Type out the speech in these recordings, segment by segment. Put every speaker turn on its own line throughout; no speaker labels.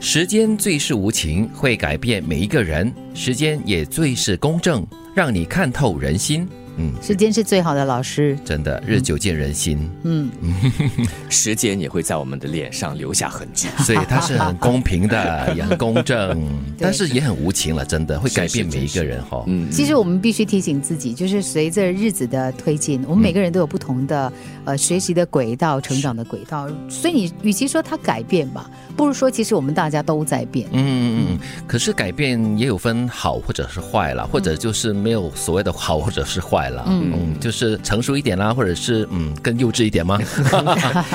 时间最是无情，会改变每一个人；时间也最是公正，让你看透人心。嗯，
时间是最好的老师。
真的，日久见人心，
嗯，
时间也会在我们的脸上留下痕迹。
所以它是很公平的，也很公正，但是也很无情了。真的会改变每一个人哈。
嗯，
其实我们必须提醒自己，就是随着日子的推进，我们每个人都有不同的、呃学习的轨道、成长的轨道，所以你与其说它改变吧，不如说其实我们大家都在变。
嗯嗯嗯，可是改变也有分好或者是坏啦，或者就是没有所谓的好或者是坏啦。
嗯
嗯，就是成熟一点啦，或者是嗯更幼稚一点吗？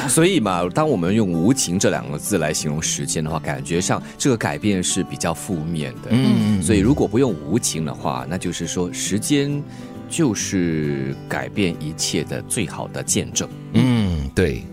所以嘛，当我们用“无情”这两个字来形容时间的话，感觉上这个改变是比较负面的。
嗯，
所以如果不用“无情”的话，那就是说时间就是改变一切的最好的见证。
嗯，对，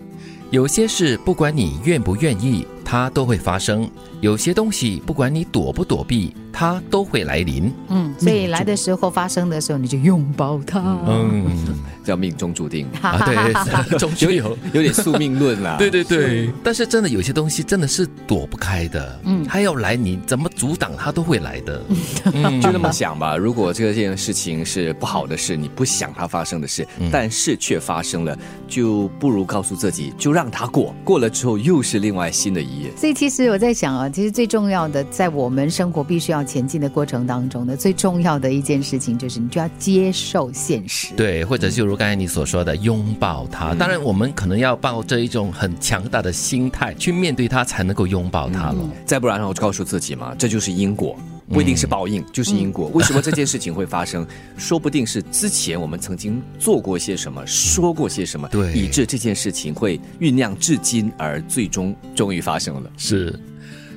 有些事不管你愿不愿意，它都会发生；有些东西不管你躲不躲避，它都会来临。
嗯，所以来的时候、发生的时候，你就拥抱它。
嗯，
叫命中注定，
哈
啊，
哈哈哈
对，终究有。
有点宿命论啊啦。
对对对，但是真的有些东西真的是躲不开的，嗯，它要来你怎么阻挡它都会来的， 嗯，
就那么想吧，如果这件事情是不好的事，你不想它发生的事，但是却发生了，就不如告诉自己，就让它过，过了之后又是另外新的一页。
所以其实我在想啊，其实最重要的，在我们生活必须要前进的过程当中呢，最重要的一件事情就是你就要接受现实。
对，或者就如刚才你所说的，拥抱它。当然，我们可能要抱着一种很强大的心态去面对它，才能够拥抱它了。
再不然的话，我就告诉自己嘛，这就是因果，不一定是报应，就是因果。为什么这件事情会发生？ 说不定是之前我们曾经做过些什么，说过些什么，
对
以致这件事情会酝酿至今，而最终终于发生了。
是，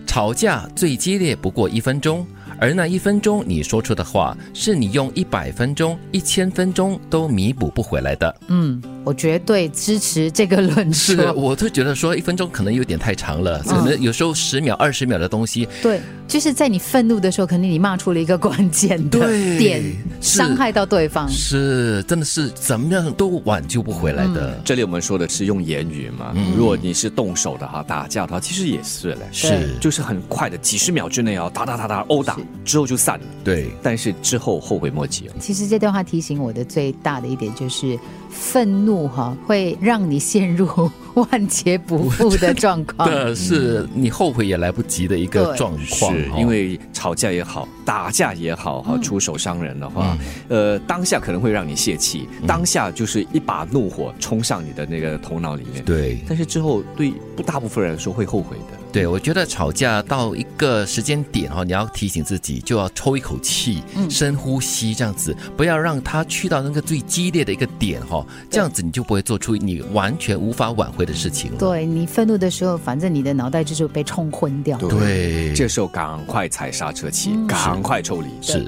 吵架最激烈不过一分钟，而那一分钟你说出的话，是你用一百分钟、一千分钟都弥补不回来的。
嗯，我绝对支持这个论述。
是，啊嗯我就觉得说一分钟可能有点太长了，可能有时候十秒、二十秒的东西，
对，就是在你愤怒的时候，肯定你骂出了一个关键的
对
点，
是
伤害到对
嗯
方。
是真的是怎么样都挽救不回来的。
这里我们说的是用言语嘛，如果你是动手的哈，打架的话，其实也是嘞，
是，
就是很快的，几十秒之内啊，打打打打殴打之后就散了，
对，
但是之后后悔莫及哦。
其实这段话提醒我的最大的一点就是，愤怒哈、会让你陷入万劫不复的状况。
的是你后悔也来不及的一个
对
状况
是
哦，
因为吵架也好，打架也好，哈，出手伤人的话，
嗯
呃，当下可能会让你泄气，当下就是一把怒火冲上你的那个头脑里面，
对。
但是之后对不大部分人来说会后悔的。
对，我觉得吵架到一个时间点哈、哦，你要提醒自己，就要抽一口气，深呼吸，这样子，不要让它去到那个最激烈的一个点哈、哦，这样子你就不会做出你完全无法挽回的事情了。
对你愤怒的时候，反正你的脑袋就是被冲昏掉。
对
这时候赶快踩刹车器，赶快抽离。
是。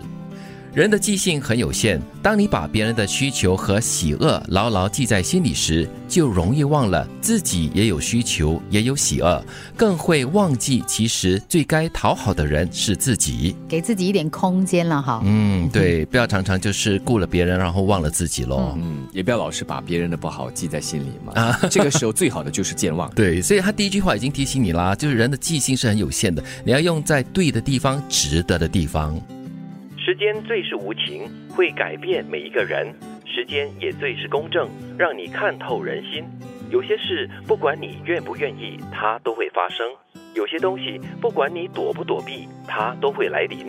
人的记性很有限，当你把别人的需求和喜恶牢牢记在心里时，就容易忘了自己也有需求，也有喜恶，更会忘记其实最该讨好的人是自己。
给自己一点空间了哈。
嗯，对，不要常常就是顾了别人，然后忘了自己咯。
嗯，也不要老是把别人的不好记在心里嘛。
啊
这个时候最好的就是健忘。
对，所以他第一句话已经提醒你啦，就是人的记性是很有限的，你要用在对的地方、值得的地方。
时间最是无情，会改变每一个人；时间也最是公正，让你看透人心。有些事不管你愿不愿意，它都会发生；有些东西不管你躲不躲避，它都会来临。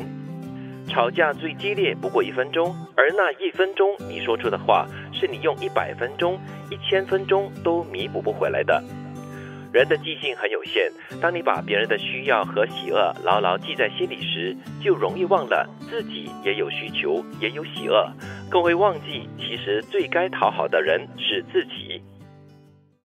吵架最激烈不过一分钟，而那一分钟你说出的话，是你用一百分钟、一千分钟都弥补不回来的。人的记性很有限，当你把别人的需要和喜恶牢牢记在心里时，就容易忘了自己也有需求，也有喜恶，更会忘记其实最该讨好的人是自己。